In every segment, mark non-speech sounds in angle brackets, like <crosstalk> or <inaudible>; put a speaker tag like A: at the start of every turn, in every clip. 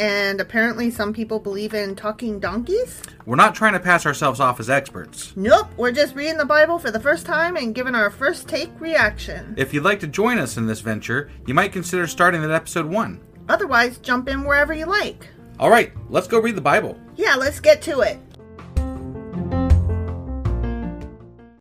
A: and apparently some people believe in talking donkeys?
B: We're not trying to pass ourselves off as experts.
A: Nope, we're just reading the Bible for the first time and giving our first take reaction.
B: If you'd like to join us in this venture, you might consider starting at episode 1.
A: Otherwise, jump in wherever you like.
B: All right, let's go read the Bible.
A: Yeah, let's get to it.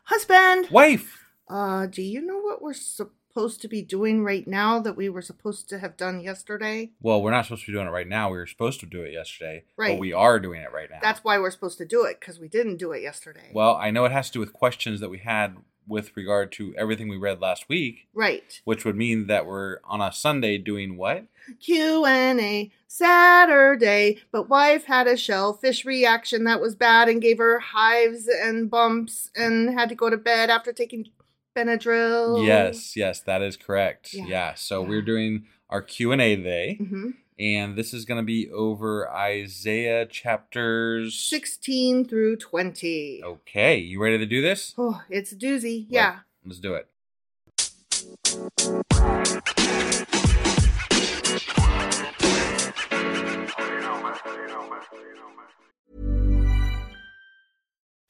A: Husband!
B: Wife!
A: Uh, do you know what we're supposed to be doing right now that we were supposed to have done yesterday?
B: Well, we're not supposed to be doing it right now. We were supposed to do it yesterday, but
A: Right.
B: we are doing it right now.
A: That's why we're supposed to do it, because we didn't do it yesterday.
B: well, I know it has to do with questions that we had with regard to everything we read last week,
A: Right.
B: which would mean that we're on a Sunday doing what?
A: Q&A Saturday, but wife had a shellfish reaction that was bad and gave her hives and bumps and had to go to bed after taking Benadryl.
B: Yes, yes, that is correct. Yeah.
A: Oh. Yeah.
B: so
A: Yeah.
B: we're doing our Q&A day,
A: hmm
B: and this is going to be over Isaiah chapters
A: 16 through 20. Oh.
B: Okay, you ready to do this?
A: it's a doozy. Yeah.
B: Let's do it.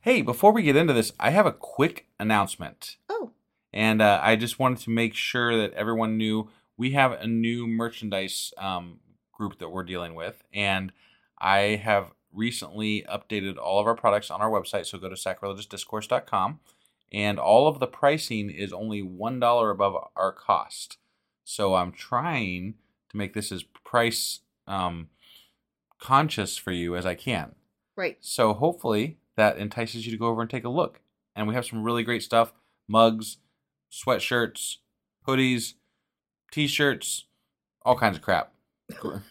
B: Hey, before we get into this, I have a quick announcement.
A: Oh,
B: And uh, I just wanted to make sure that everyone knew we have a new merchandise um, group that we're dealing with. And I have recently updated all of our products on our website. So go to sacrilegiousdiscourse.com. And all of the pricing is only $1 above our cost. So I'm trying to make this as price um, conscious for you as I can.
A: right.
B: So hopefully that entices you to go over and take a look. And we have some really great stuff mugs,
A: <laughs>
B: sweatshirts, hoodies, t shirts, all kinds of crap. that,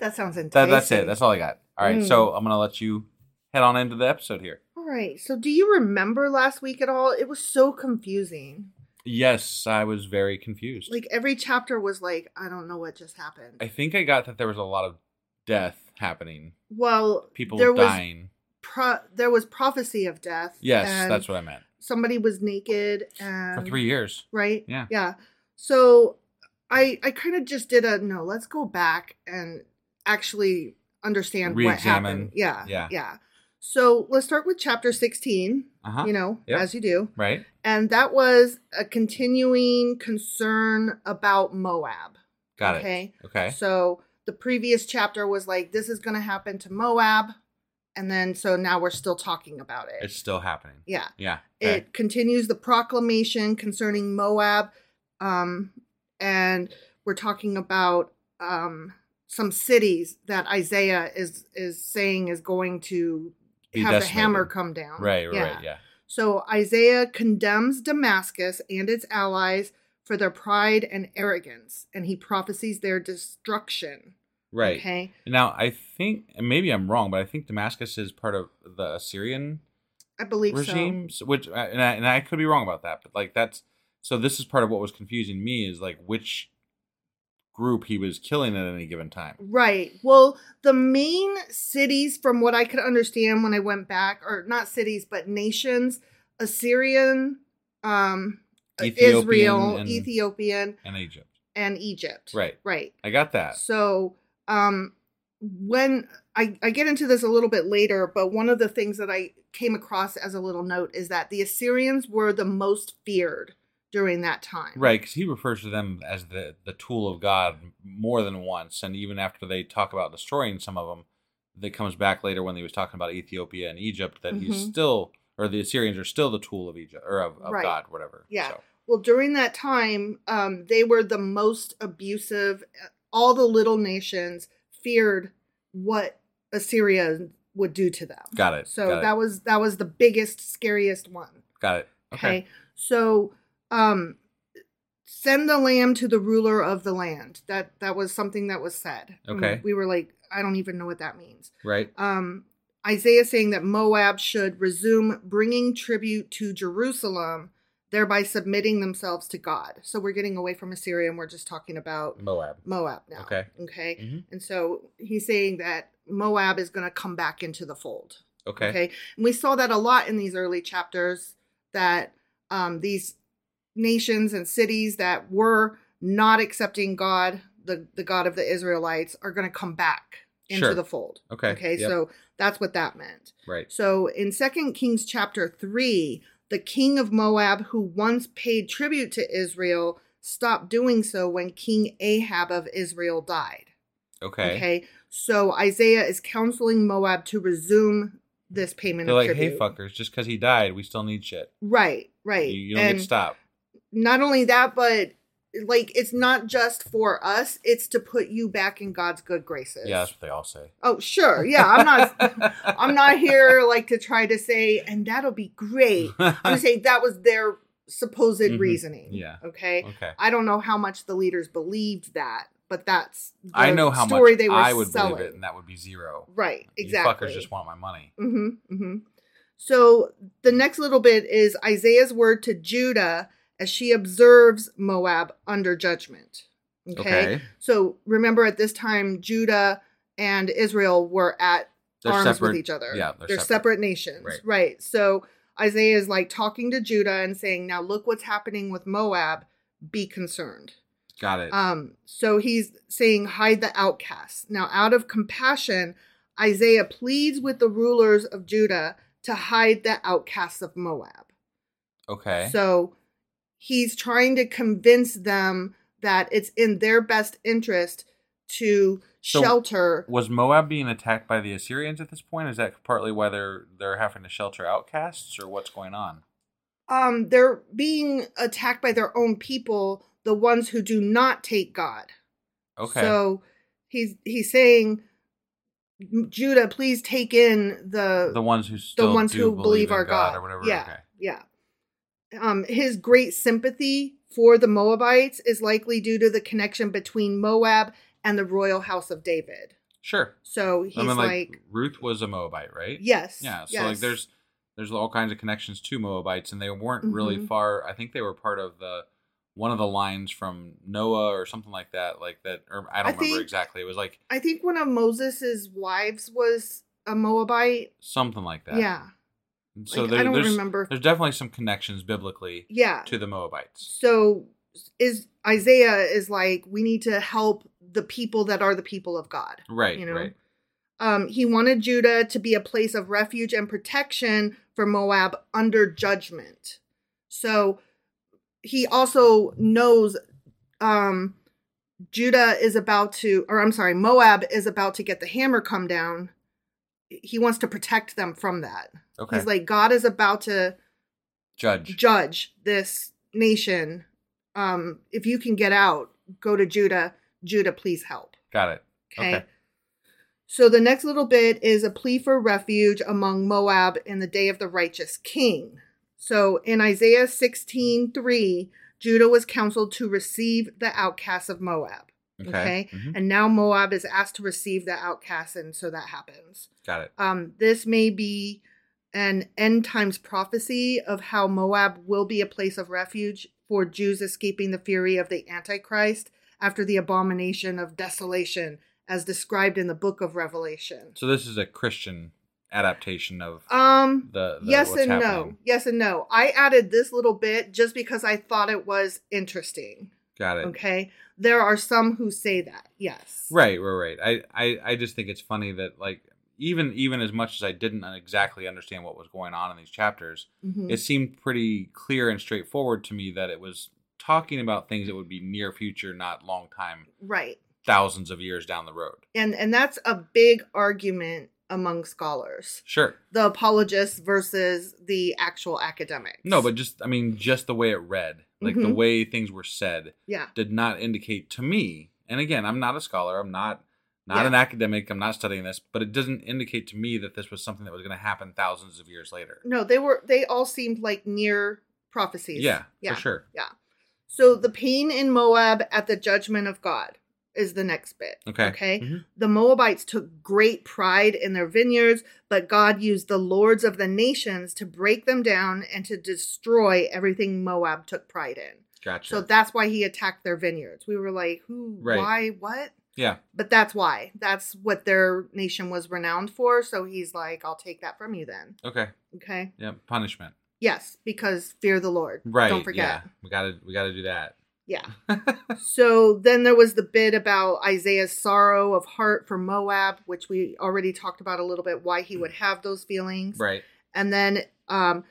A: That sounds enticing.
B: that's it. That's all I got. All right.
A: Mm.
B: So I'm going to let you head on into the episode here.
A: all right. So, do you remember last week at all? It was so confusing.
B: Yes, I was very confused.
A: Like every chapter was like, I don't know what just happened.
B: I think I got that there was a lot of death happening,
A: well,
B: people
A: there was
B: dying.
A: pro- there was prophecy of death.
B: Yes,
A: and
B: that's what I meant.
A: somebody was naked and
B: For three years.
A: right?
B: Yeah.
A: yeah. So I I kind of just did a no. Let's go back and actually understand what
B: Re-examine.
A: happened. Yeah,
B: Yeah.
A: yeah. So let's start with chapter 16
B: Uh-huh.
A: You know,
B: Yep.
A: as you do,
B: Right?
A: and that was a continuing concern about Moab.
B: Got
A: Okay.
B: it. Okay.
A: So the previous chapter was like, this is going to happen to Moab. And then, so now we're still talking about it.
B: It's still happening.
A: yeah.
B: Yeah. okay.
A: It continues the proclamation concerning Moab. Um, and we're talking about um, some cities that Isaiah is, is saying is going to
B: Be
A: have the
B: decimated.
A: hammer come down.
B: Right, right, right. Yeah.
A: So Isaiah condemns Damascus and its allies for their pride and arrogance, and he prophesies their destruction.
B: Right.
A: Okay.
B: Now, I think, and maybe I'm wrong, but I think Damascus is part of the Assyrian
A: I believe so.
B: regimes, which, uh, and I, and I could be wrong about that, but like that's, so this is part of what was confusing me is like which group he was killing at any given
A: Mm.
B: time.
A: Right. Well, the main cities, from what I could understand when I went back, or not cities, but nations, Assyrian, um,
B: Ethiopian
A: Israel,
B: and-
A: Ethiopian,
B: And Egypt.
A: and Egypt.
B: Right.
A: Right.
B: I got that.
A: So, um, when I, I get into this a little bit later, but one of the things that I came across as a little note is that the Assyrians were the most feared during that time.
B: Right, because he refers to them as the the tool of God more than once, and even after they talk about destroying some of them, that comes back later when he was talking about Ethiopia and Egypt that he's
A: Mhm.
B: still or the Assyrians are still the tool of Egypt or of, of
A: Right.
B: God, whatever.
A: Yeah.
B: So,
A: Well, during that time, um, they were the most abusive. uh, All the little nations feared what Assyria would do to them.
B: got it.
A: So
B: got it,
A: that was that was the biggest, scariest one.
B: got it. Okay.
A: Okay. So um send the lamb to the ruler of the land. That that was something that was said. And
B: Okay.
A: We were like, I don't even know what that means.
B: Right.
A: Um Isaiah saying that Moab should resume bringing tribute to Jerusalem, thereby submitting themselves to God. So we're getting away from Assyria and we're just talking about
B: Moab.
A: Moab now.
B: Okay.
A: Okay.
B: Mhm.
A: And so he's saying that Moab is going to come back into the fold.
B: Okay.
A: Okay. And we saw that a lot in these early chapters that um, these nations and cities that were not accepting God, the, the God of the Israelites, are going to come back into
B: Sure.
A: the fold.
B: Okay,
A: Okay.
B: yep.
A: So that's what that meant.
B: Right.
A: So in 2 Kings chapter 3, the king of Moab, who once paid tribute to Israel, stopped doing so when King Ahab of Israel died.
B: Okay.
A: Okay. So Isaiah is counseling Moab to resume this payment
B: They're
A: of
B: like,
A: tribute.
B: hey, fuckers, just because he died, we still need shit.
A: Right, right.
B: You, you don't
A: And
B: get stopped.
A: Not only that, but like it's not just for us, it's to put you back in God's good graces.
B: Yeah, that's what they all say.
A: Oh, sure. Yeah, I'm not
B: <laughs>
A: I'm not here like to try to say and that'll be great.
B: <laughs>
A: I'm just saying that was their supposed
B: Mhm.
A: reasoning.
B: Yeah.
A: Okay?
B: Okay.
A: I don't know how much the leaders believed that, but that's the
B: I know how
A: story
B: much
A: they were
B: I would
A: selling.
B: believe it, and that would be zero.
A: Right,
B: You
A: exactly.
B: fuckers just want my money.
A: hmm hmm So the next little bit is Isaiah's word to Judah as she observes Moab under judgment. Okay?
B: Okay.
A: So remember, at this time, Judah and Israel were at
B: They're
A: arms
B: separate-
A: with each other.
B: yeah,
A: they're,
B: they're
A: separate.
B: separate.
A: nations.
B: Right.
A: right. So Isaiah is like talking to Judah and saying, "Now look what's happening with Moab. Be concerned."
B: Got it.
A: Um, so he's saying, hide the outcasts. Now, out of compassion, Isaiah pleads with the rulers of Judah to hide the outcasts of Moab.
B: okay.
A: So he's trying to convince them that it's in their best interest to
B: So-
A: shelter.
B: was Moab being attacked by the Assyrians at this point? Is that partly why they're they're having to shelter outcasts, or what's going on?
A: Um, they're being attacked by their own people, the ones who do not take God.
B: Okay,
A: So he's he's saying, Judah, please take in the
B: the ones who still
A: the ones
B: do
A: who
B: believe,
A: believe
B: in
A: our God,
B: or whatever.
A: Yeah,
B: Okay.
A: yeah. Um, his great sympathy for the Moabites is likely due to the connection between Moab and the royal house of David.
B: Sure.
A: So he's
B: I mean, like,
A: like,
B: Ruth was a Moabite, right?
A: yes,
B: Yeah. So
A: yes.
B: like, there's there's all kinds of connections to Moabites, and they weren't really
A: Mhm.
B: far. I think they were part of the one of the lines from Noah or something like that. Like that, or I don't
A: I
B: remember
A: think-
B: exactly. It was like
A: I think one of Moses's wives was a Moabite.
B: something like that.
A: Yeah,
B: And So
A: Like, I
B: there,
A: don't
B: there's,
A: remember.
B: There's definitely some connections biblically
A: yeah.
B: to the Moabites.
A: so is Isaiah is like we need to help the people that are the people of God.
B: Right.
A: you know?
B: Right.
A: Um, he wanted Judah to be a place of refuge and protection for Moab under judgment. So he also knows um, Judah is about to, or I'm sorry, Moab is about to get the hammer come down. He wants to protect them from that.
B: Okay.
A: He's like, God is about to
B: Judge.
A: judge this nation. Um, if you can get out, go to Judah. Judah, please help.
B: Got it.
A: Okay. So the next little bit is a plea for refuge among Moab in the day of the righteous king. So in Isaiah 16 3, Judah was counseled to receive the outcasts of Moab.
B: Okay.
A: Okay. Mm-hmm.
B: Mhm.
A: And now Moab is asked to receive the outcasts, and so that happens.
B: Got it.
A: Um, this may be an end times prophecy of how Moab will be a place of refuge for Jews escaping the fury of the Antichrist after the abomination of desolation, as described in the book of Revelation.
B: So this is a Christian adaptation of
A: Um,
B: the, the
A: yes
B: what's
A: and no.
B: happening.
A: Yes and no. I added this little bit just because I thought it was interesting.
B: Got it.
A: Okay. There are some who say that. Yes.
B: Right, right, right. I, I, I just think it's funny that like even even as much as I didn't exactly understand what was going on in these chapters,
A: Mhm.
B: it seemed pretty clear and straightforward to me that it was talking about things that would be near future, not long time,
A: Right.
B: thousands of years down the road.
A: And and that's a big argument among scholars.
B: Sure.
A: the apologists versus the actual academics.
B: No, but just I mean, just the way it read, like the
A: Mhm.
B: way things were said,
A: yeah,
B: did not indicate to me. And again, I'm not a scholar. I'm not not
A: Yeah.
B: an academic. I'm not studying this, but it doesn't indicate to me that this was something that was going to happen thousands of years later.
A: no, they were they all seemed like near prophecies.
B: Yeah, for sure.
A: Yeah. So the pain in Moab at the judgment of God is the next bit.
B: Okay.
A: Okay.
B: Mhm.
A: The Moabites took great pride in their vineyards, but God used the lords of the nations to break them down and to destroy everything Moab took pride in.
B: Gotcha.
A: So that's why he attacked their vineyards. We were like, who,
B: Right.
A: why, what?
B: yeah,
A: But that's why. That's what their nation was renowned for. So he's like, I'll take that from you then.
B: okay.
A: Okay.
B: Yeah, punishment.
A: Yes, because fear the Lord.
B: Right.
A: Don't forget.
B: Yeah. We got to we got to do that. <laughs>
A: Yeah. so then there was the bit about Isaiah's sorrow of heart for Moab, which we already talked about a little bit, why he would have those feelings.
B: Right.
A: And then um,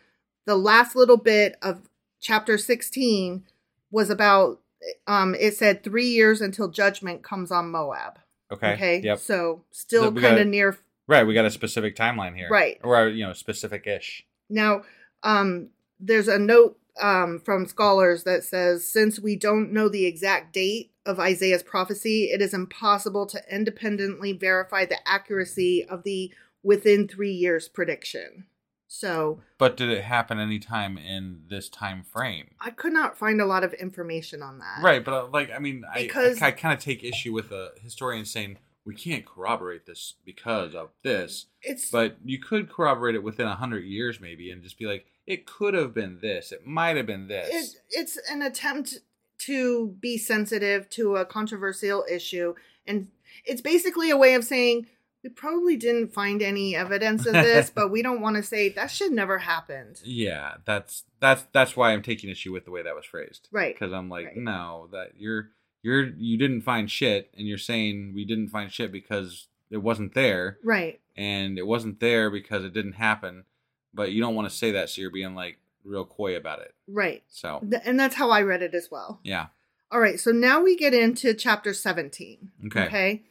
A: the last little bit of chapter 16 was about um, it said three years until judgment comes on Moab.
B: Okay. Yep.
A: So still
B: we
A: kind
B: got-
A: of near
B: right, we got a specific timeline here.
A: Right.
B: Or you know, specific-ish.
A: Now, um, there's a note um, from scholars that says since we don't know the exact date of Isaiah's prophecy, it is impossible to independently verify the accuracy of the within three years prediction. So
B: But did it happen anytime in this time frame?
A: I could not find a lot of information on that.
B: Right, but uh, like I mean, I,
A: Because-
B: I, kind of take issue with a historian saying we can't corroborate this because of this,
A: It's
B: but you could corroborate it within a hundred years maybe, and just be like, it could have been this, it might have been this.
A: it, it's an attempt to be sensitive to a controversial issue and it's basically a way of saying we probably didn't find any evidence of this but we don't want to say that should never happened
B: Yeah, that's that's that's why I'm taking issue with the way that was phrased.
A: Right,
B: Because I'm like,
A: right.
B: no, that you're you're you didn't find shit, and you're saying we didn't find shit because it wasn't there,
A: right
B: and it wasn't there because it didn't happen. But you don't want to say that, so you're being like real coy about it.
A: right
B: So
A: Th- and that's how i read it as well
B: yeah,
A: all right so now we get into chapter 17
B: Okay.
A: okay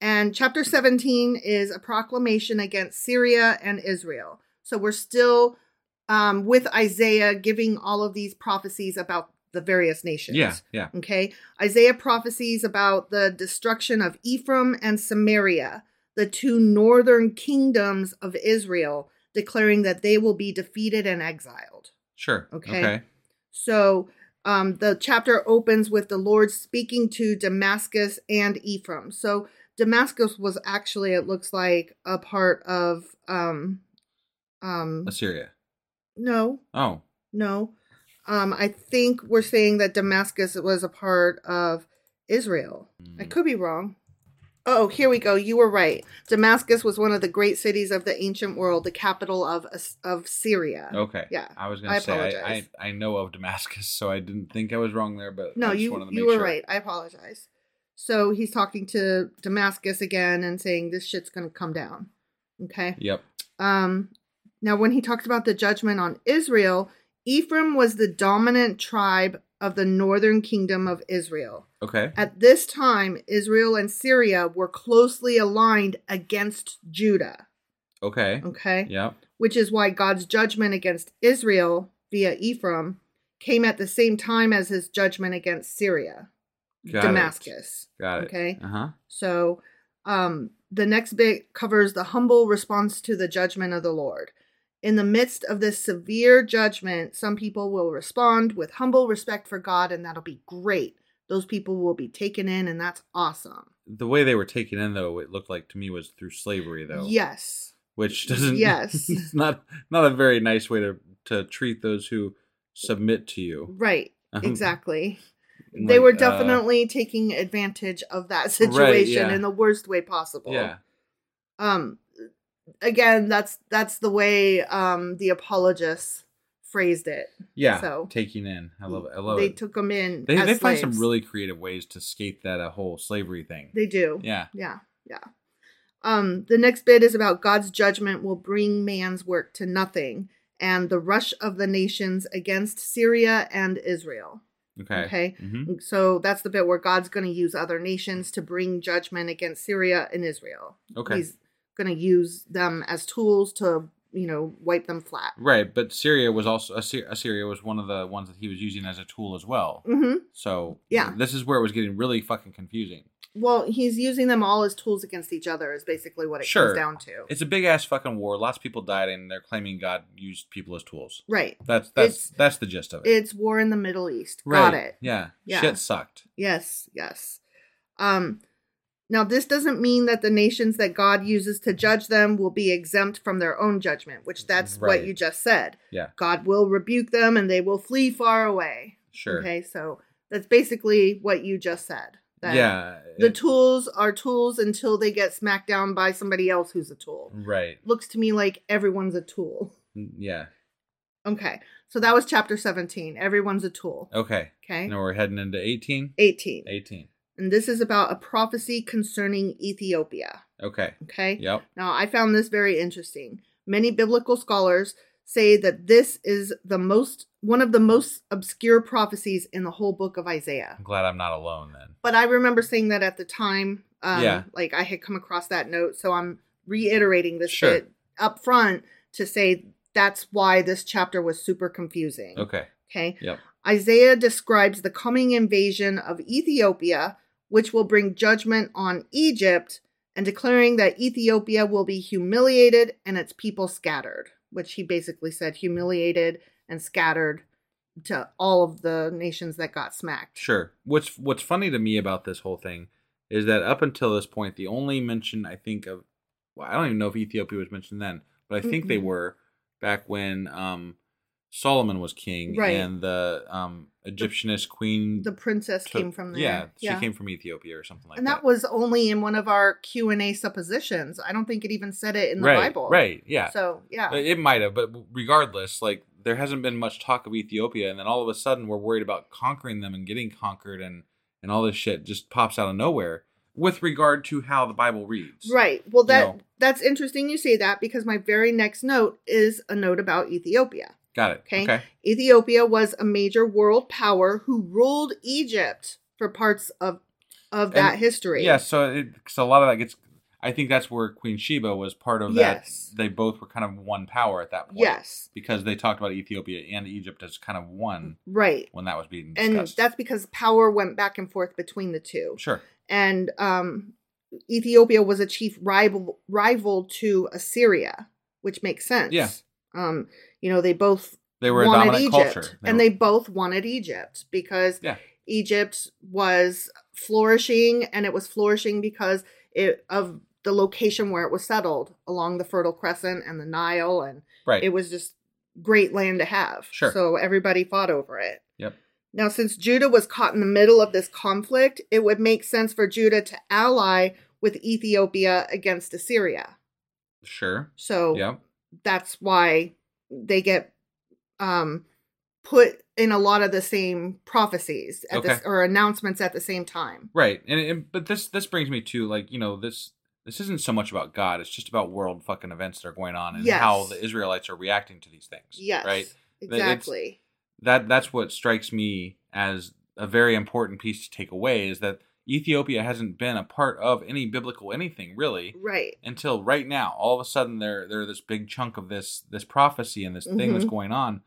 A: and chapter 17 is a proclamation against syria and israel so we're still um, with isaiah giving all of these prophecies about the various nations
B: yeah, yeah.
A: Okay. Isaiah prophesies about the destruction of Ephraim and Samaria, the two northern kingdoms of Israel, declaring that they will be defeated and exiled.
B: Sure.
A: Okay.
B: Okay.
A: So Um, the chapter opens with the Lord speaking to Damascus and Ephraim. So Damascus was actually, it looks like, a part of. Um, um,
B: Assyria.
A: no,
B: Oh,
A: no. Um, I think we're saying that Damascus was a part of Israel. I could be wrong. Oh, here we go. You were right. Damascus was one of the great cities of the ancient world, the capital of As- of Syria.
B: okay.
A: Uh, Yeah.
B: I was gonna
A: I
B: say I,
A: apologize.
B: I I know of Damascus, so I didn't think I was wrong there, but I
A: No,
B: just wanted
A: you
B: to
A: you
B: make
A: were
B: sure.
A: right. I apologize. So he's talking to Damascus again and saying this shit's going to come down. Okay.
B: Yep.
A: Um, now, when he talks about the judgment on Israel, Ephraim was the dominant tribe of the northern kingdom of Israel.
B: Okay.
A: At this time, Israel and Syria were closely aligned against Judah.
B: Okay.
A: Okay.
B: Yep.
A: Which is why God's judgment against Israel via Ephraim came at the same time as his judgment against Syria,
B: Got it.
A: Damascus.
B: Got it.
A: Okay.
B: Uh huh.
A: So um, the next bit covers the humble response to the judgment of the Lord. In the midst of this severe judgment, some people will respond with humble respect for God, and that'll be great. Those people will be taken in, and that's awesome.
B: The way they were taken in, though, it looked like to me was through slavery, though.
A: Yes.
B: Which <laughs> doesn't.
A: Yes.
B: it's not not a very nice way to to treat those who submit to you. <laughs>
A: Right.
B: Um,
A: Exactly.
B: Like,
A: they were
B: uh,
A: definitely taking advantage of that situation
B: yeah.
A: in the worst way possible.
B: yeah.
A: um again that's that's the way um the apologists phrased it
B: Yeah.
A: So- Mm,
B: taking in. I love it. I love
A: they
B: it.
A: took them in
B: they
A: as
B: they find some
A: slaves.
B: really creative ways to skate that uh, whole slavery thing.
A: they do
B: yeah.
A: yeah yeah um the next bit is about god's judgment will bring man's work to nothing and the rush of the nations against syria and israel
B: Okay.
A: Okay. Mm,
B: Mhm.
A: so that's the bit where god's going to use other nations to bring judgment against syria and israel
B: Okay.
A: he's going to use them as tools to you know wipe them flat
B: Right, but Syria was also Assyria, Assyria was one of the ones that he was using as a tool as well.
A: mm-hmm
B: So
A: Yeah.
B: this is where it was getting really fucking confusing.
A: Well, he's using them all as tools against each other is basically what it
B: Sure.
A: comes down to.
B: It's a big ass fucking war. Lots of people died, and they're claiming God used people as tools.
A: right.
B: That's that's
A: It's-
B: that's the gist of it.
A: It's war in the Middle East. Got it.
B: Yeah.
A: Yeah.
B: Shit sucked.
A: Yes, yes. Um now this doesn't mean that the nations that God uses to judge them will be exempt from their own judgment, which that's
B: Right.
A: what you just said.
B: Yeah.
A: God will rebuke them and they will flee far away.
B: Sure.
A: Okay, so that's basically what you just said. that
B: yeah.
A: The
B: it-
A: tools are tools until they get smacked down by somebody else who's a tool.
B: Right.
A: Looks to me like everyone's a tool.
B: Yeah.
A: Okay. So that was chapter 17. Everyone's a tool.
B: Okay.
A: Okay.
B: Now we're heading into eighteen.
A: 18.
B: Eighteen.
A: And this is about a prophecy concerning Ethiopia.
B: Okay.
A: Okay.
B: Yep.
A: Now, I found this very interesting. Many biblical scholars say that this is the most, one of the most obscure prophecies in the whole book of Isaiah.
B: I'm glad I'm not alone then.
A: But I remember saying that at the time. Um,
B: Yeah.
A: Like I had come across that note. So I'm reiterating this
B: Sure.
A: bit up front to say that's why this chapter was super confusing.
B: Okay.
A: Okay.
B: Yep.
A: Isaiah describes the coming invasion of Ethiopia, which will bring judgment on Egypt, and declaring that Ethiopia will be humiliated and its people scattered, which he basically said humiliated and scattered to all of the nations that got smacked.
B: Sure. What's what's funny to me about this whole thing is that up until this point, the only mention I think of, well, I don't even know if Ethiopia was mentioned then, but I think they
A: Mm-mm.
B: were back when um, Solomon was king
A: Right.
B: and the um, Egyptianist queen.
A: The princess
B: took-
A: came from there.
B: Yeah, she came from Ethiopia or something like
A: and
B: that.
A: that was only in one of our Q and A suppositions. I don't think it even said it in the
B: right,
A: Bible.
B: Right. Yeah.
A: So yeah.
B: It- It might have, but regardless, like there hasn't been much talk of Ethiopia, and then all of a sudden we're worried about conquering them and getting conquered, and and all this shit just pops out of nowhere with regard to how the Bible reads.
A: Right. Well,
B: you
A: that
B: know.
A: that's interesting you say that because my very next note is a note about Ethiopia.
B: Got it.
A: Okay?
B: Okay.
A: Ethiopia was a major world power who ruled Egypt for parts of of that
B: And-
A: history.
B: Yeah. So it, so a lot of that gets. I think that's where Queen Sheba was part of
A: Yes.
B: that. They both were kind of one power at that point.
A: Yes.
B: Because they talked about Ethiopia and Egypt as kind of one
A: Right.
B: when that was being
A: And
B: discussed.
A: that's because power went back and forth between the two.
B: sure.
A: And um Ethiopia was a chief rival rival to Assyria, which makes sense.
B: Yeah.
A: Um, you know, they both
B: They were a
A: wanted
B: dominant
A: Egypt,
B: culture.
A: and
B: were-
A: they both wanted Egypt because
B: Yeah.
A: Egypt was flourishing, and it was flourishing because it of the location where it was settled along the Fertile Crescent and the Nile, and
B: right.
A: it was just great land to have.
B: Sure.
A: So everybody fought over it.
B: Yep.
A: Now, since Judah was caught in the middle of this conflict, it would make sense for Judah to ally with Ethiopia against Assyria.
B: sure.
A: So
B: Yep.
A: that's why they get um put in a lot of the same prophecies at
B: Okay.
A: this or announcements at the same time.
B: Right. And, and but this this brings me to like you know this this isn't so much about God. It's just about world fucking events that are going on and
A: Yes.
B: how the Israelites are reacting to these things.
A: Yes.
B: Right. it's-
A: Exactly.
B: that that's what strikes me as a very important piece to take away is that Ethiopia hasn't been a part of any biblical anything really
A: Right.
B: until right now. All of a sudden, they're they're this big chunk of this this prophecy and this thing that's
A: Mhm.
B: going on,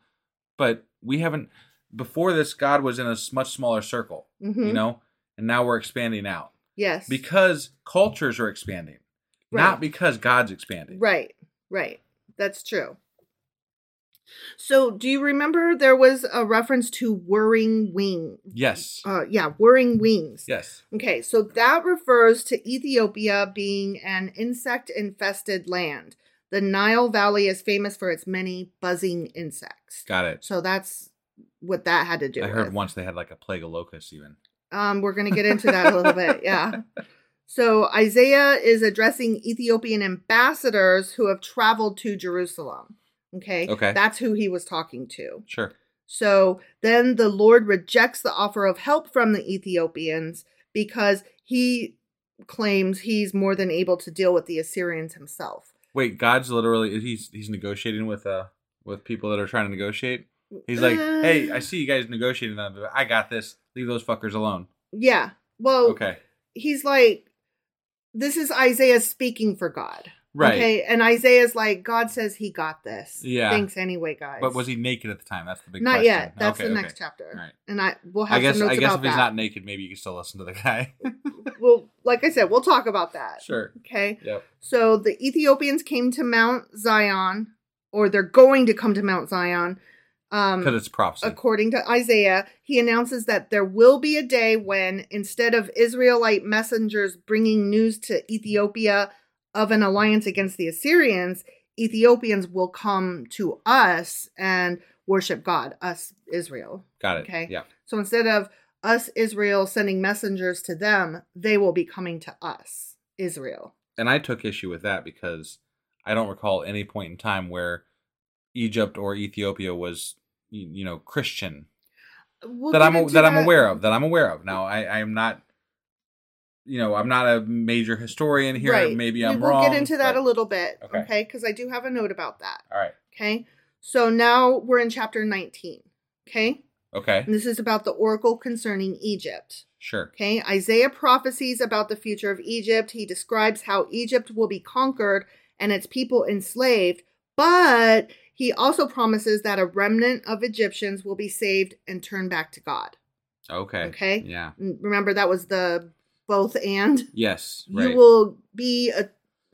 B: but we haven't before this. God was in a s- much smaller circle, you
A: Mhm.
B: know, and now we're expanding out
A: Yes.
B: because cultures are expanding, not
A: Right.
B: because God's expanding.
A: Right, right. That's true. So, do you remember there was a reference to whirring wing?
B: Yes.
A: Uh, yeah, whirring wings.
B: yes.
A: Okay, so that refers to Ethiopia being an insect infested land. The Nile Valley is famous for its many buzzing insects.
B: Got it.
A: So that's what that had to do
B: I
A: with.
B: heard once they had like a plague of locusts even.
A: Um, we're going to get into that a
B: <laughs>
A: little bit. Yeah. <laughs> So Isaiah is addressing Ethiopian ambassadors who have traveled to Jerusalem. Okay.
B: Okay.
A: That's who he was talking to.
B: Sure.
A: So then the Lord rejects the offer of help from the Ethiopians because he claims he's more than able to deal with the Assyrians himself.
B: Wait, God's literally he's he's negotiating with uh with people that are trying to negotiate. He's like,
A: Uh.
B: hey, I see you guys negotiating that, but I got this. Leave those fuckers alone.
A: Yeah. Well,
B: Okay,
A: he's like, this is Isaiah speaking for God.
B: right.
A: Okay. And Isaiah's like, God says he got this.
B: Yeah.
A: Thanks anyway, guys.
B: But was he naked at the time? That's the big
A: Not
B: question.
A: yet. That's
B: Okay,
A: the
B: okay.
A: next chapter.
B: All right.
A: And I we'll have
B: I guess
A: some notes
B: I guess if
A: about
B: he's
A: that.
B: not naked, maybe you can still listen to the guy. <laughs>
A: well, like I said, we'll talk about that.
B: sure.
A: Okay.
B: Yep.
A: So the Ethiopians came to Mount Zion, or they're going to come to Mount Zion. Um,
B: Because it's prophecy.
A: According to Isaiah, he announces that there will be a day when, instead of Israelite messengers bringing news to Ethiopia of an alliance against the Assyrians, Ethiopians will come to us and worship God, us, Israel.
B: got it.
A: okay.
B: Yeah.
A: So instead of us, Israel, sending messengers to them, they will be coming to us, Israel.
B: And I took issue with that because I don't recall any point in time where Egypt or Ethiopia was you, you know Christian
A: We'll
B: that
A: get
B: I'm that,
A: into
B: I'm aware of that I'm aware of. Now I I am not, you know, I'm not a major historian here.
A: Right.
B: Maybe
A: We
B: I'm
A: will
B: wrong.
A: get into that
B: but-
A: a little bit,
B: Okay.
A: okay? Because I do have a note about that.
B: All right.
A: Okay. So now we're in chapter 19. Okay.
B: Okay.
A: And this is about the oracle concerning Egypt.
B: Sure.
A: Okay. Isaiah prophesies about the future of Egypt. He describes how Egypt will be conquered and its people enslaved, but he also promises that a remnant of Egyptians will be saved and turned back to God.
B: Okay.
A: Okay.
B: Yeah.
A: N- Remember, that was the both and.
B: Yes.
A: You
B: Right.
A: will be uh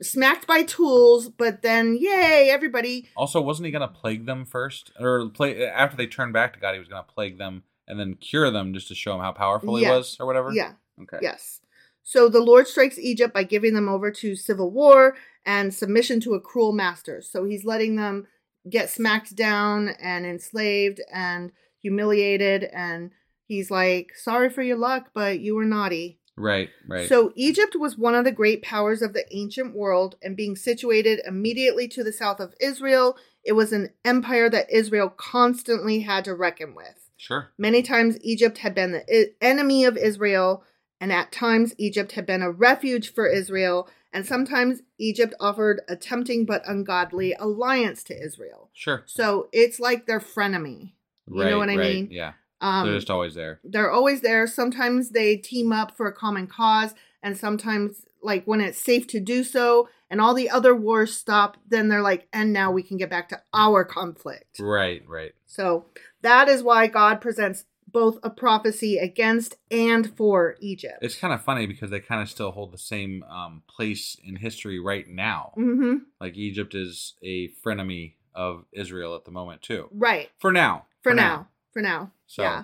A: smacked by tools, but then, yay, everybody
B: also, wasn't he going to plague them first, or play after they turned back to God? He was going to plague them and then cure them just to show them how powerful
A: Yeah.
B: he was, or whatever.
A: Yeah.
B: Okay.
A: Yes. So the Lord strikes Egypt by giving them over to civil war and submission to a cruel master. So he's letting them get smacked down and enslaved and humiliated. And he's like, sorry for your luck, but you were naughty.
B: Right. Right.
A: So Egypt was one of the great powers of the ancient world, and being situated immediately to the south of Israel, it was an empire that Israel constantly had to reckon with.
B: sure.
A: Many times Egypt had been the I- enemy of Israel, and at times Egypt had been a refuge for Israel, and sometimes Egypt offered a tempting but ungodly alliance to Israel.
B: Sure.
A: So it's like their frenemy. You
B: right.
A: know what I
B: right.
A: mean?
B: Yeah.
A: Um,
B: They're just always there.
A: they're always there. Sometimes they team up for a common cause, and sometimes, like when it's safe to do so, and all the other wars stop, then they're like, and now we can get back to our conflict.
B: Right. Right.
A: So that is why God presents both a prophecy against and for Egypt.
B: It's kind of funny because they kind of still hold the same um, place in history right now.
A: hmm
B: Like Egypt is a frenemy of Israel at the moment too.
A: Right.
B: For now.
A: For, now. For now.
B: So-
A: Yeah.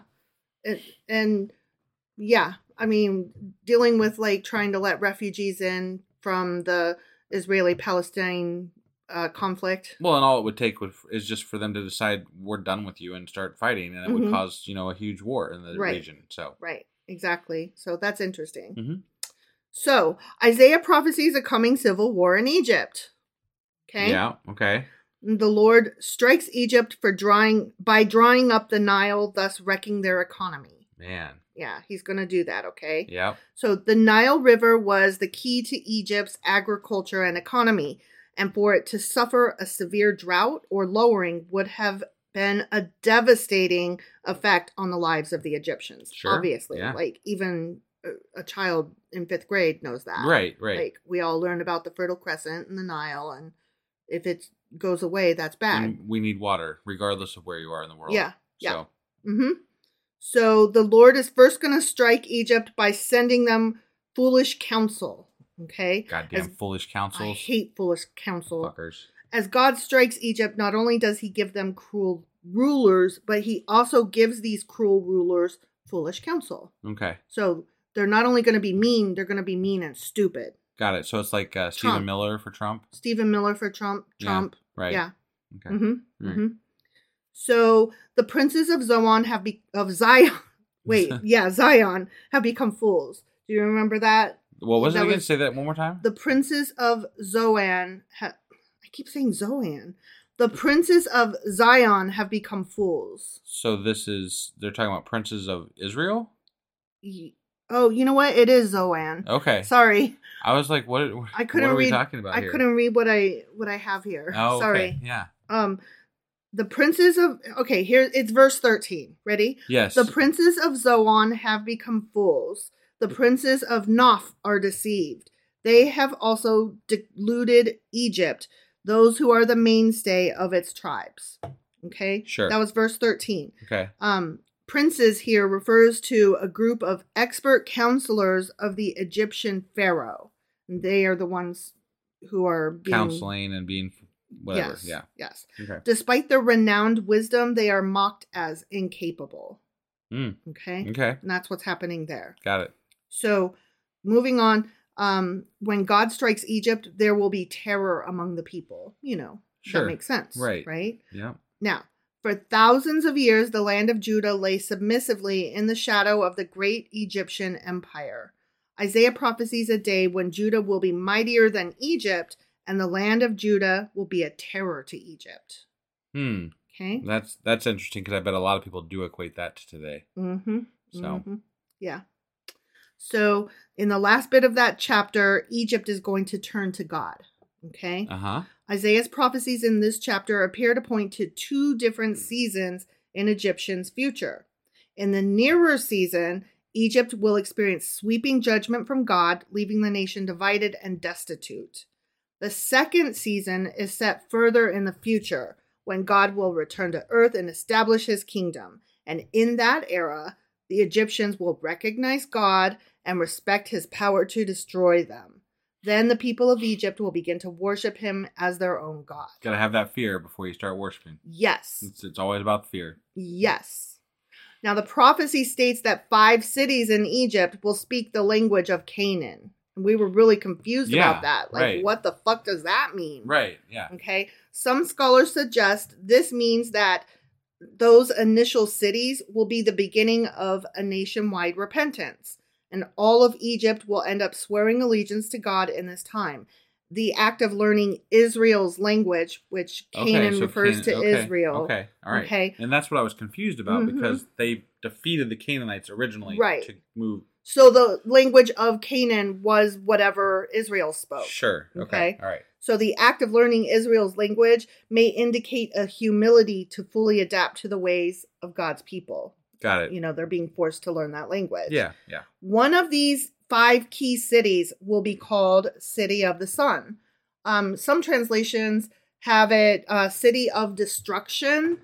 A: And, and yeah, I mean, dealing with like trying to let refugees in from the Israeli Palestine uh, conflict.
B: Well, and all it would take would, is just for them to decide we're done with you and start fighting, and it
A: Mhm.
B: would cause you know a huge war in the
A: Right.
B: region. So
A: Right. Exactly. So that's interesting.
B: Mhm.
A: So Isaiah prophesies a coming civil war in Egypt. Okay.
B: yeah, okay,
A: The Lord strikes Egypt for drawing by drawing up the Nile, thus wrecking their economy.
B: man,
A: Yeah, he's going to do that, okay?
B: yeah,
A: So the Nile River was the key to Egypt's agriculture and economy, and for it to suffer a severe drought or lowering would have been a devastating effect on the lives of the Egyptians.
B: Sure,
A: Obviously,
B: yeah.
A: like even a- a child in 5th grade knows that.
B: right, right.
A: Ah, Like we all learn about the Fertile Crescent and the Nile and if it goes away, that's bad.
B: We, we need water, regardless of where you are in the world.
A: Yeah, yeah.
B: So,
A: Mm-hmm. So the Lord is first going to strike Egypt by sending them foolish counsel. Okay.
B: goddamn
A: As-
B: foolish
A: I
B: councils,
A: hate foolish counsel.
B: fuckers.
A: As God strikes Egypt, not only does he give them cruel rulers, but he also gives these cruel rulers foolish counsel.
B: Okay,
A: So they're not only going to be mean, they're going to be mean and stupid.
B: got it. So it's like uh, Stephen
A: Trump.
B: Miller for Trump.
A: Stephen Miller for Trump.
B: Yeah,
A: Trump.
B: right.
A: Yeah.
B: <laughs> Okay.
A: hmm
B: Right.
A: hmm So the princes of Zion have be- of Zion. <laughs> Wait,
B: <laughs>
A: yeah, Zion have become fools. Do you remember that?
B: Well, wasn't
A: That
B: I going
A: was-
B: to say that one more time?
A: The princes of Zoan. Ha- I keep saying Zoan. The princes of Zion have become fools.
B: so this is they're talking about princes of Israel.
A: Ye- Oh, you know what? It is Zoan.
B: Okay,
A: Sorry,
B: I was like, what? what
A: I couldn't
B: are
A: read.
B: we talking about
A: I
B: here?
A: couldn't read what I what I have here.
B: Oh, okay.
A: Sorry.
B: Yeah.
A: Um, the princes of okay here it's verse thirteen. Ready?
B: Yes.
A: The princes of Zoan have become fools. The princes of Noph are deceived. They have also deluded Egypt, those who are the mainstay of its tribes. Okay?
B: Sure.
A: That was verse 13.
B: okay.
A: Um, princes here refers to a group of expert counselors of the Egyptian pharaoh. They are the ones who are being
B: Counseling and being whatever.
A: Yes,
B: Yeah.
A: Yes.
B: Okay.
A: Despite their renowned wisdom, they are mocked as incapable.
B: Mm.
A: Okay?
B: Okay.
A: And that's what's happening there.
B: Got it.
A: So, moving on, um, when God strikes Egypt, there will be terror among the people. You know,
B: Sure.
A: that makes sense.
B: Right.
A: Right.
B: Yeah.
A: Now, for thousands of years, the land of Judah lay submissively in the shadow of the great Egyptian empire. Isaiah prophesies a day when Judah will be mightier than Egypt, and the land of Judah will be a terror to Egypt.
B: Hmm.
A: Okay.
B: That's that's interesting because I bet a lot of people do equate that to today.
A: Mm-hmm.
B: So.
A: yeah. So in the last bit of that chapter, Egypt is going to turn to God. Okay.
B: Uh huh.
A: Isaiah's prophecies in this chapter appear to point to two
B: Mm.
A: different seasons in Egyptians' future. In the nearer season, Egypt will experience sweeping judgment from God, leaving the nation divided and destitute. The second season is set further in the future when God will return to earth and establish his kingdom. And in that era, the Egyptians will recognize God and respect his power to destroy them. Then the people of Egypt will begin to worship him as their own God.
B: Gotta have that fear before you start worshiping.
A: Yes.
B: It's, it's always about fear.
A: Yes. Now, the prophecy states that five cities in Egypt will speak the language of Canaan. And we were really confused
B: Yeah,
A: about that. Like,
B: right.
A: what the fuck does that mean?
B: Right. Yeah.
A: Okay. Some scholars suggest this means that those initial cities will be the beginning of a nationwide repentance, and all of Egypt will end up swearing allegiance to God in this time. The act of learning Israel's language, which Canaan
B: so
A: refers
B: Canaan-
A: to
B: okay,
A: Israel.
B: Okay. All right.
A: Okay.
B: And that's what I was confused about
A: Mhm.
B: because they defeated the Canaanites originally
A: Right.
B: to move.
A: So the language of Canaan was whatever Israel spoke.
B: Sure.
A: Okay.
B: okay. All right.
A: So the act of learning Israel's language may indicate a humility to fully adapt to the ways of God's people.
B: Got it.
A: You know, they're being forced to learn that language.
B: Yeah. Yeah.
A: One of these five key cities will be called City of the Sun. Um, some translations have it uh, City of Destruction,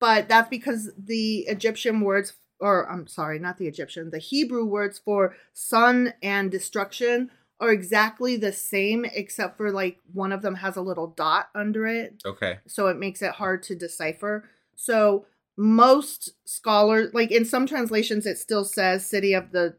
A: but that's because the Egyptian words, or I'm sorry, not the Egyptian, the Hebrew words for sun and destruction are exactly the same except for like one of them has a little dot under it
B: Okay.
A: so it makes it hard to decipher. So most scholars, like in some translations, it still says "city of the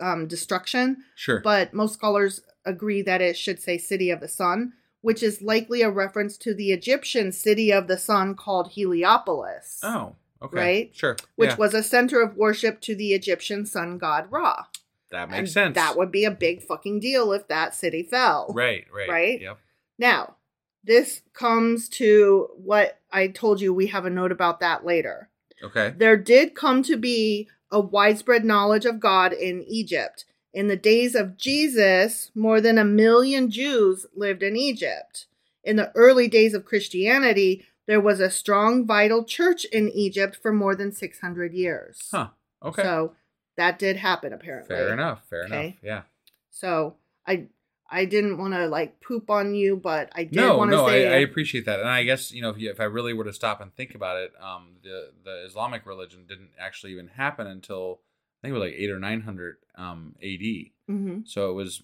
A: um, destruction,"
B: Sure.
A: but most scholars agree that it should say "city of the sun," which is likely a reference to the Egyptian city of the sun called Heliopolis,
B: oh. Okay.
A: Right?
B: Sure.
A: which
B: Yeah.
A: was a center of worship to the Egyptian sun god Ra.
B: that
A: And
B: makes sense.
A: That would be a big fucking deal if that city fell.
B: Right. Right.
A: Right?
B: Yep.
A: Now, this comes to what I told you we have a note about that later.
B: Okay.
A: There did come to be a widespread knowledge of God in Egypt. In the days of Jesus, more than a million Jews lived in Egypt. In the early days of Christianity, there was a strong, vital church in Egypt for more than 600 years.
B: Huh. Okay.
A: So that did happen, apparently.
B: fair enough. Fair
A: Okay.
B: enough. Yeah.
A: So I I didn't want to like poop on you, but I did
B: no,
A: want to
B: no,
A: say uh,
B: I, I appreciate that, and I guess you know if, you, if I really were to stop and think about it, um, the the Islamic religion didn't actually even happen until I think it was like eight or nine hundred um A.D.
A: Mhm.
B: So it was,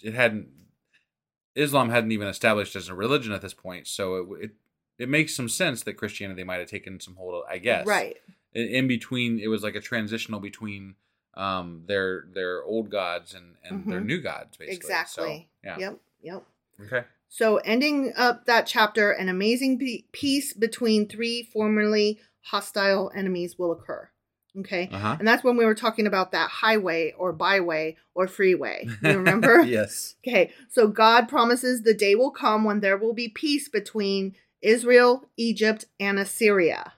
B: it hadn't, Islam hadn't even established as a religion at this point. So it w- it, it makes some sense that Christianity might have taken some hold. I guess
A: Right.
B: in, in between it was like a transitional between um their their old gods and and their
A: Mhm.
B: new gods basically.
A: Exactly.
B: So, yeah.
A: Yep. Yep.
B: Okay.
A: So ending up that chapter, an amazing pe- peace between three formerly hostile enemies will occur. Okay.
B: Uh-huh.
A: And that's when we were talking about that highway or byway or freeway.
B: <laughs>
A: You remember?
B: yes.
A: Okay. So God promises the day will come when there will be peace between Israel, Egypt, and Assyria.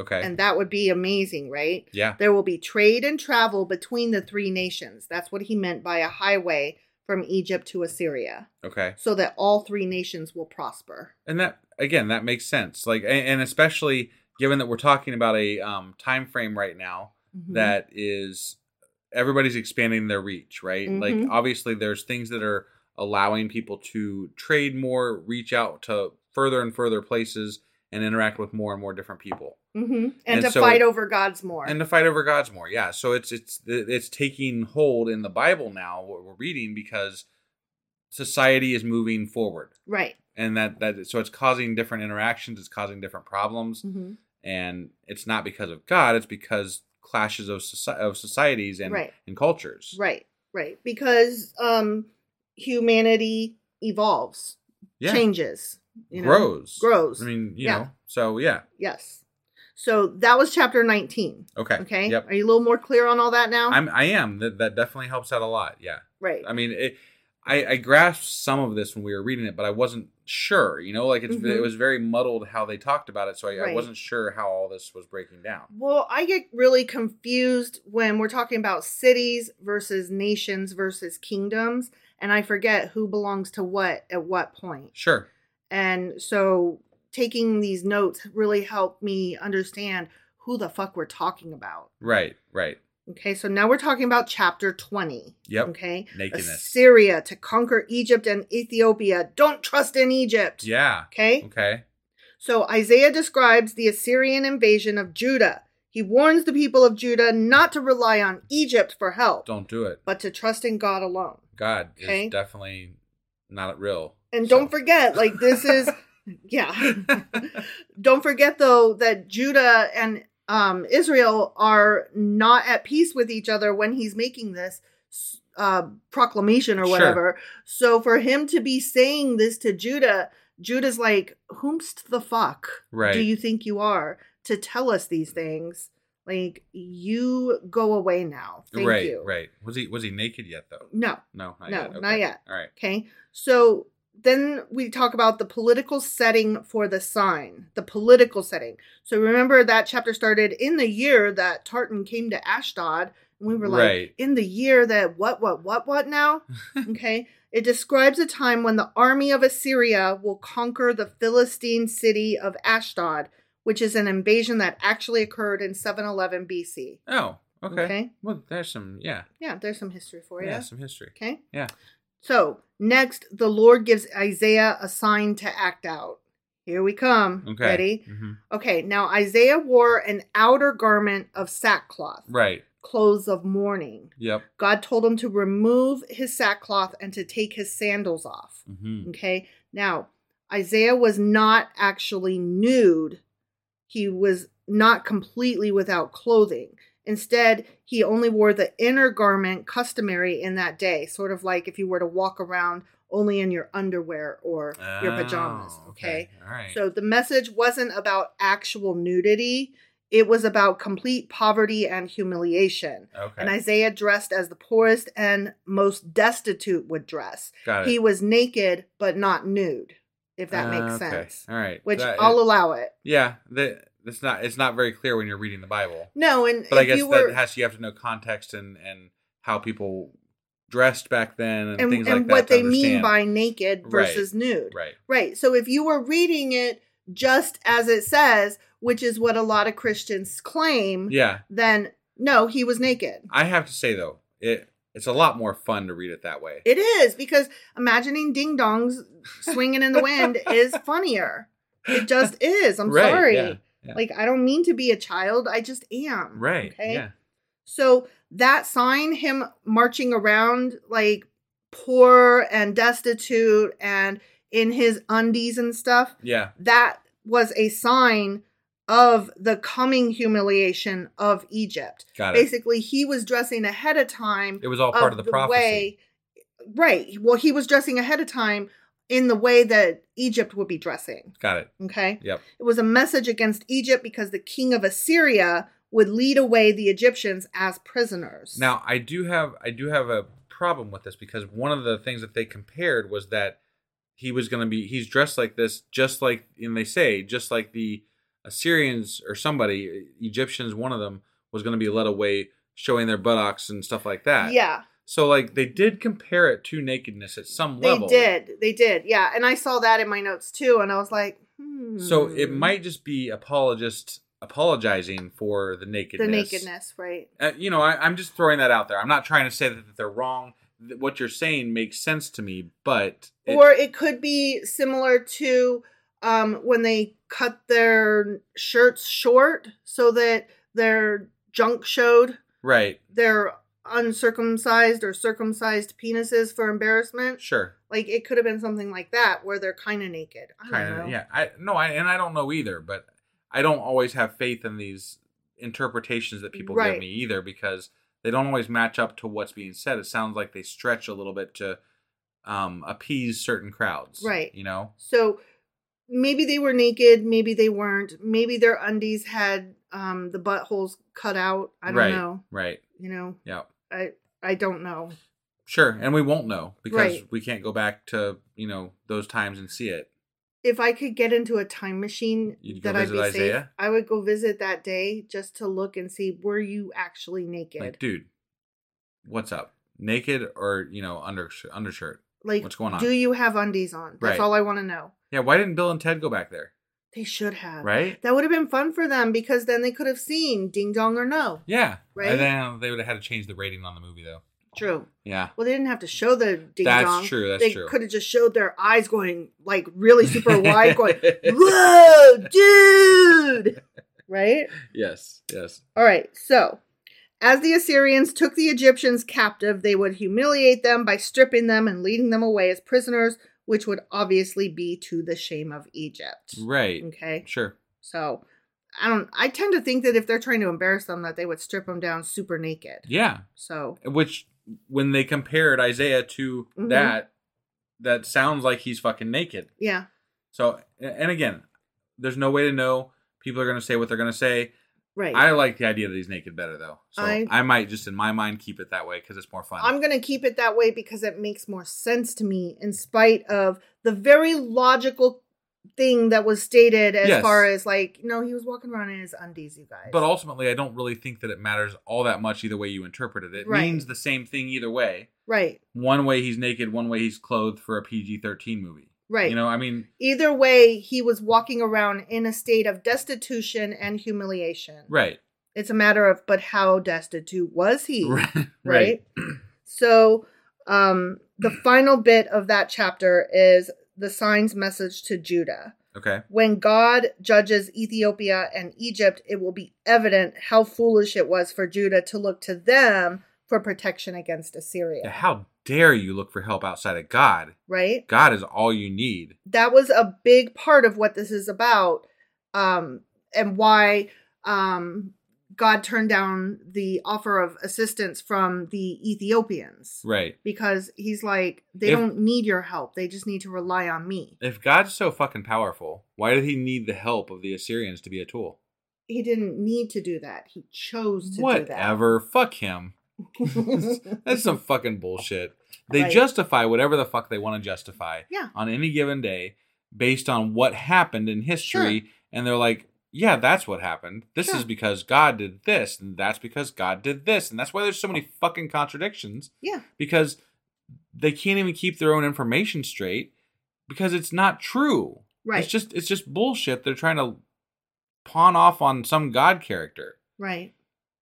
B: Okay.
A: And that would be amazing, right?
B: yeah.
A: There will be trade and travel between the three nations. That's what he meant by a highway from Egypt to Assyria,
B: Okay.
A: so that all three nations will prosper.
B: And that again, that makes sense. Like a- and especially given that we're talking about a um time frame right now
A: Mm-hmm.
B: that is everybody's expanding their reach, right? Like
A: Mhm.
B: obviously there's things that are allowing people to trade more, reach out to further and further places and interact with more and more different people.
A: hmm and,
B: and
A: to
B: so-
A: fight over God's more.
B: and to fight over God's more. Yeah, so it's it's it's taking hold in the Bible now what we're reading because society is moving forward,
A: right.
B: and that that so it's causing different interactions, it's causing different problems,
A: hmm
B: and it's not because of God, it's because clashes of soci- of societies and
A: Right.
B: and cultures.
A: Right. Right. Because um, humanity evolves,
B: Yeah,
A: changes, you know,
B: grows,
A: Grows.
B: I mean, you
A: Yeah.
B: know, so yeah,
A: yes. So that was chapter 19.
B: okay,
A: Okay.
B: yep.
A: Are you a little more clear on all that now?
B: I'm I am that that definitely helps out a lot. Yeah.
A: right.
B: I mean, it, I, I grasped some of this when we were reading it, but I wasn't sure. You know, like it's,
A: Mhm.
B: it was very muddled how they talked about it, so I, I
A: Right.
B: wasn't sure how all this was breaking down.
A: Well, I get really confused when we're talking about cities versus nations versus kingdoms, and I forget who belongs to what at what point.
B: Sure.
A: And so taking these notes really helped me understand who the fuck we're talking about.
B: Right. Right.
A: Okay, so now we're talking about chapter 20.
B: Yep.
A: Okay.
B: Nakedness.
A: Assyria to conquer Egypt and Ethiopia. Don't trust in Egypt.
B: Yeah.
A: Okay.
B: Okay.
A: So Isaiah describes the Assyrian invasion of Judah. He warns the people of Judah not to rely on Egypt for help,
B: Don't do it.
A: but to trust in God alone.
B: God
A: Okay.
B: is definitely not real.
A: And
B: so-
A: don't forget, like,
B: <laughs>
A: this is, yeah. Don't forget, though, that Judah and um, Israel are not at peace with each other when he's making this uh, proclamation or
B: Sure.
A: whatever. So for him to be saying this to Judah, Judah's like, whomst the fuck
B: Right.
A: do you think you are to tell us these things? Like, you go away now. Thank
B: right.
A: you.
B: Right. Was he was he naked yet though?
A: No.
B: No. Not
A: No,
B: Yet.
A: not yet.
B: All right.
A: Okay. So then we talk about the political setting for the sign, the political setting. So remember that chapter started in the year that Tartan came to Ashdod. And we were like,
B: Right.
A: in the year that what, what, what, what now? okay. It describes a time when the army of Assyria will conquer the Philistine city of Ashdod, which is an invasion that actually occurred in 711 BC.
B: Oh. Okay.
A: Okay.
B: Well, there's some yeah.
A: Yeah, there's some history for you.
B: Yeah. Some history.
A: Okay.
B: Yeah.
A: So, next, the Lord gives Isaiah a sign to act out. Here we come.
B: Okay.
A: Ready?
B: Mhm.
A: Okay, now Isaiah wore an outer garment of sackcloth.
B: Right.
A: clothes of mourning.
B: Yep.
A: God told him to remove his sackcloth and to take his sandals off.
B: Mm-hmm.
A: Okay. Now, Isaiah was not actually nude, he was not completely without clothing. Instead, he only wore the inner garment customary in that day, sort of like if you were to walk around only in your underwear or your pajamas.
B: Oh,
A: Okay.
B: All right.
A: So the message wasn't about actual nudity, it was about complete poverty and humiliation.
B: okay.
A: And Isaiah dressed as the poorest and most destitute would dress.
B: Got it.
A: He was naked but not nude, if that
B: Uh,
A: makes
B: okay.
A: sense.
B: All right.
A: Which
B: That-
A: I'll allow it.
B: yeah. That it's not it's not very clear when you're reading the Bible.
A: No, and
B: But I
A: if
B: guess
A: you were
B: that has you have to know context and and how people dressed back then and,
A: and,
B: things
A: and
B: like that.
A: what
B: to
A: they mean
B: understand.
A: by naked
B: Right.
A: versus nude.
B: right.
A: Right. So if you were reading it just as it says, which is what a lot of Christians claim,
B: Yeah.
A: then no, he was naked.
B: I have to say though, it it's a lot more fun to read it that way.
A: It is because imagining ding dongs swinging in
B: <laughs>
A: the wind is funnier. It just is. I'm
B: Right,
A: sorry.
B: yeah, yeah.
A: Like I don't mean to be a child. I just am.
B: right.
A: Okay.
B: Yeah.
A: So that sign, him marching around like poor and destitute and in his undies and stuff,
B: Yeah.
A: that was a sign of the coming humiliation of Egypt.
B: Got it.
A: Basically, he was dressing ahead of time
B: It was all part of the, prophecy.
A: right. Well, he was dressing ahead of time in the way that Egypt would be dressing.
B: Got it.
A: Okay.
B: Yep.
A: It was a message against Egypt because the king of Assyria would lead away the Egyptians as prisoners.
B: Now I do have I do have a problem with this because one of the things that they compared was that he was going to be he's dressed like this just like and they say just like the Assyrians or somebody Egyptians one of them was going to be led away showing their buttocks and stuff like that.
A: yeah,
B: So like they did compare it to nakedness at some
A: they
B: level.
A: did. They did. Yeah. And I saw that in my notes too. And I was like, hmm.
B: So it might just be apologists apologizing for the nakedness.
A: The nakedness, right?
B: Uh, you know, I, I'm just throwing that out there. I'm not trying to say that, that they're wrong. Th- What you're saying makes sense to me, but it-
A: or it could be similar to um, when they cut their shirts short so that their junk showed
B: right,
A: their uncircumcised or circumcised penises for embarrassment.
B: sure,
A: Like it could have been something like that where they're kind of naked. I don't
B: kind
A: know.
B: of, yeah. I no, I and I don't know either, but I don't always have faith in these interpretations that people
A: Right.
B: give me either because they don't always match up to what's being said. It sounds like they stretch a little bit to um, appease certain crowds,
A: Right.
B: You know,
A: So maybe they were naked, maybe they weren't. Maybe their undies had um, the buttholes cut out. I don't
B: right,
A: know.
B: right,
A: You know,
B: yeah.
A: I I don't know.
B: Sure, and we won't know because
A: Right.
B: we can't go back to you know those times and see it.
A: if I could get into a time machine
B: You'd go
A: that I'd
B: visit
A: be safe,
B: Isaiah?
A: I would go visit that day just to look and see were you actually naked?
B: Like, dude, what's up? Naked or you know under undershirt?
A: Like,
B: what's going on?
A: Do you have undies on? That's
B: Right.
A: all I want to know.
B: Yeah, why didn't Bill and Ted go back there?
A: They should have.
B: Right?
A: That would have been fun for them because then they could have seen ding dong or no.
B: Yeah,
A: Right?
B: And then they would have had to change the rating on the movie though.
A: True.
B: Yeah,
A: Well, they didn't have to show the ding
B: That's
A: dong.
B: true, that's
A: they
B: true.
A: could have just showed their eyes going like
B: <laughs>
A: really super wide, going, "Whoa, dude!" Right?
B: yes, yes.
A: All right, so as the Assyrians took the Egyptians captive, they would humiliate them by stripping them and leading them away as prisoners, which would obviously be to the shame of Egypt.
B: Right.
A: Okay,
B: Sure.
A: so I don't. I tend to think that if they're trying to embarrass them, that they would strip them down super naked.
B: Yeah.
A: So
B: Which when they compared Isaiah to
A: Mhm.
B: that, that sounds like he's fucking naked.
A: yeah,
B: So and again, there's no way to know. People are gonna say what they're gonna say.
A: right.
B: I like the idea that he's naked better though. So
A: I-
B: I, might just in my mind keep it that way because it's more fun.
A: I'm going to keep it that way because it makes more sense to me, in spite of the very logical thing that was stated as
B: Yes.
A: far as like, no, he was walking around in his undies, you guys.
B: but ultimately, I don't really think that it matters all that much either way you interpret it. It
A: Right.
B: means the same thing either way.
A: right,
B: One way he's naked, one way he's clothed for a PG-13 movie.
A: right.
B: You know, I mean,
A: Either way, he was walking around in a state of destitution and humiliation. <laughs>
B: right,
A: It's a matter of, but how destitute was he?
B: right,
A: right? so, um, the final bit of that chapter is the sign's message to Judah.
B: <laughs> Okay.
A: When God judges Ethiopia and Egypt, it will be evident how foolish it was for Judah to look to them for protection against Assyria.
B: Yeah, How dare you look for help outside of God?
A: Right?
B: God is all you need.
A: that was a big part of what this is about um and why um god turned down the offer of assistance from the ethiopians
B: Right.
A: because he's like they
B: If-
A: don't need your help they just need to rely on me
B: If God's so fucking powerful, why did he need the help of the Assyrians to be a tool?
A: he didn't need to do that he chose to
B: Whatever. Fuck
A: <laughs>
B: him.
A: do that
B: That's some fucking bullshit. They
A: Right.
B: justify whatever the fuck they want to justify
A: Yeah.
B: on any given day based on what happened in history. And they're like, yeah, that's what happened. This
A: Sure.
B: is because God did this, and that's because God did this. And that's why there's so many fucking contradictions
A: yeah
B: because they can't even keep their own information straight because it's not true.
A: Right.
B: It's just it's just bullshit. They're trying to pawn off on some god character.
A: right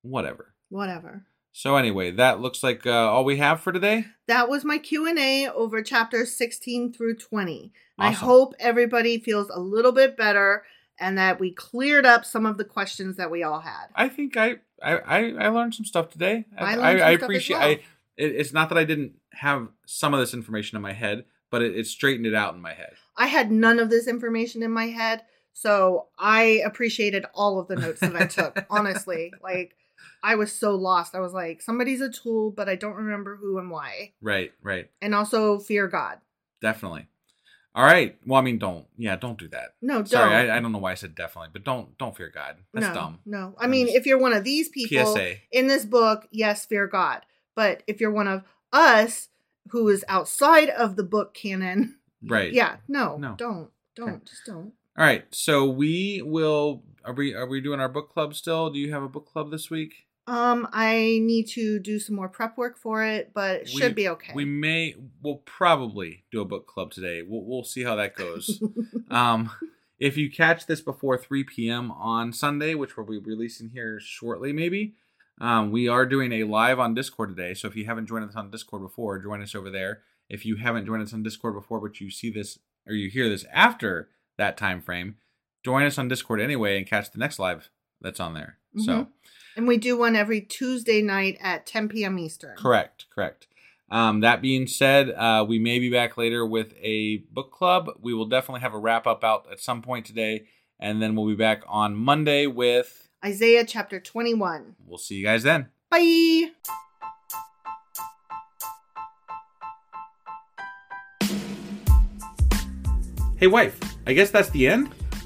B: Whatever.
A: whatever
B: So anyway, that looks like uh, all we have for today.
A: that was my q&a over chapters 16 through 20 And i
B: Awesome.
A: hope everybody feels a little bit better and that we cleared up some of the questions that we all had
B: I think I I, I, I learned some stuff today.
A: I learned some
B: I
A: stuff as
B: appreciate
A: well.
B: I it, it's not that I didn't have some of this information in my head, but it, it straightened it out in my head.
A: i had none of this information in my head so i appreciated all of the notes that i
B: <laughs>
A: took honestly like i was so lost i was like somebody's a tool but i don't remember who and why
B: Right, right.
A: and also fear god
B: Definitely. All right. Well, I mean, don't. Yeah, don't do that.
A: No,
B: Sorry,
A: don't.
B: I, I don't know why I said definitely, but don't don't fear God. That's
A: no,
B: dumb.
A: No, I
B: I'm
A: mean,
B: just-
A: if you're one of these people
B: PSA.
A: in this book, yes, fear God. But if you're one of us who is outside of the book canon,
B: Right.
A: Yeah, no,
B: No.
A: don't, don't,
B: Okay.
A: just don't.
B: All right. So we will. Are we are we doing our book club still? Do you have a book club this week?
A: Um, I need to do some more prep work for it, but it should
B: We-
A: be okay.
B: We may. We'll probably do a book club today. We'll we'll see how that
A: <laughs>
B: goes. um, if you catch this before three p.m. on Sunday, which we'll be releasing here shortly, maybe. Um, we are doing a live on Discord today. So if you haven't joined us on Discord before, join us over there. If you haven't joined us on Discord before, but you see this or you hear this after that time frame, join us on Discord anyway and catch the next live that's on there. So.
A: Mhm. and we do one every Tuesday night at 10 p.m. Eastern.
B: Correct, correct. Um, that being said, uh, we may be back later with a book club. We will definitely have a wrap up out at some point today, and then we'll be back on Monday with.
A: Isaiah chapter 21.
B: We'll see you guys then.
A: Bye.
B: Hey, wife. I guess that's the end.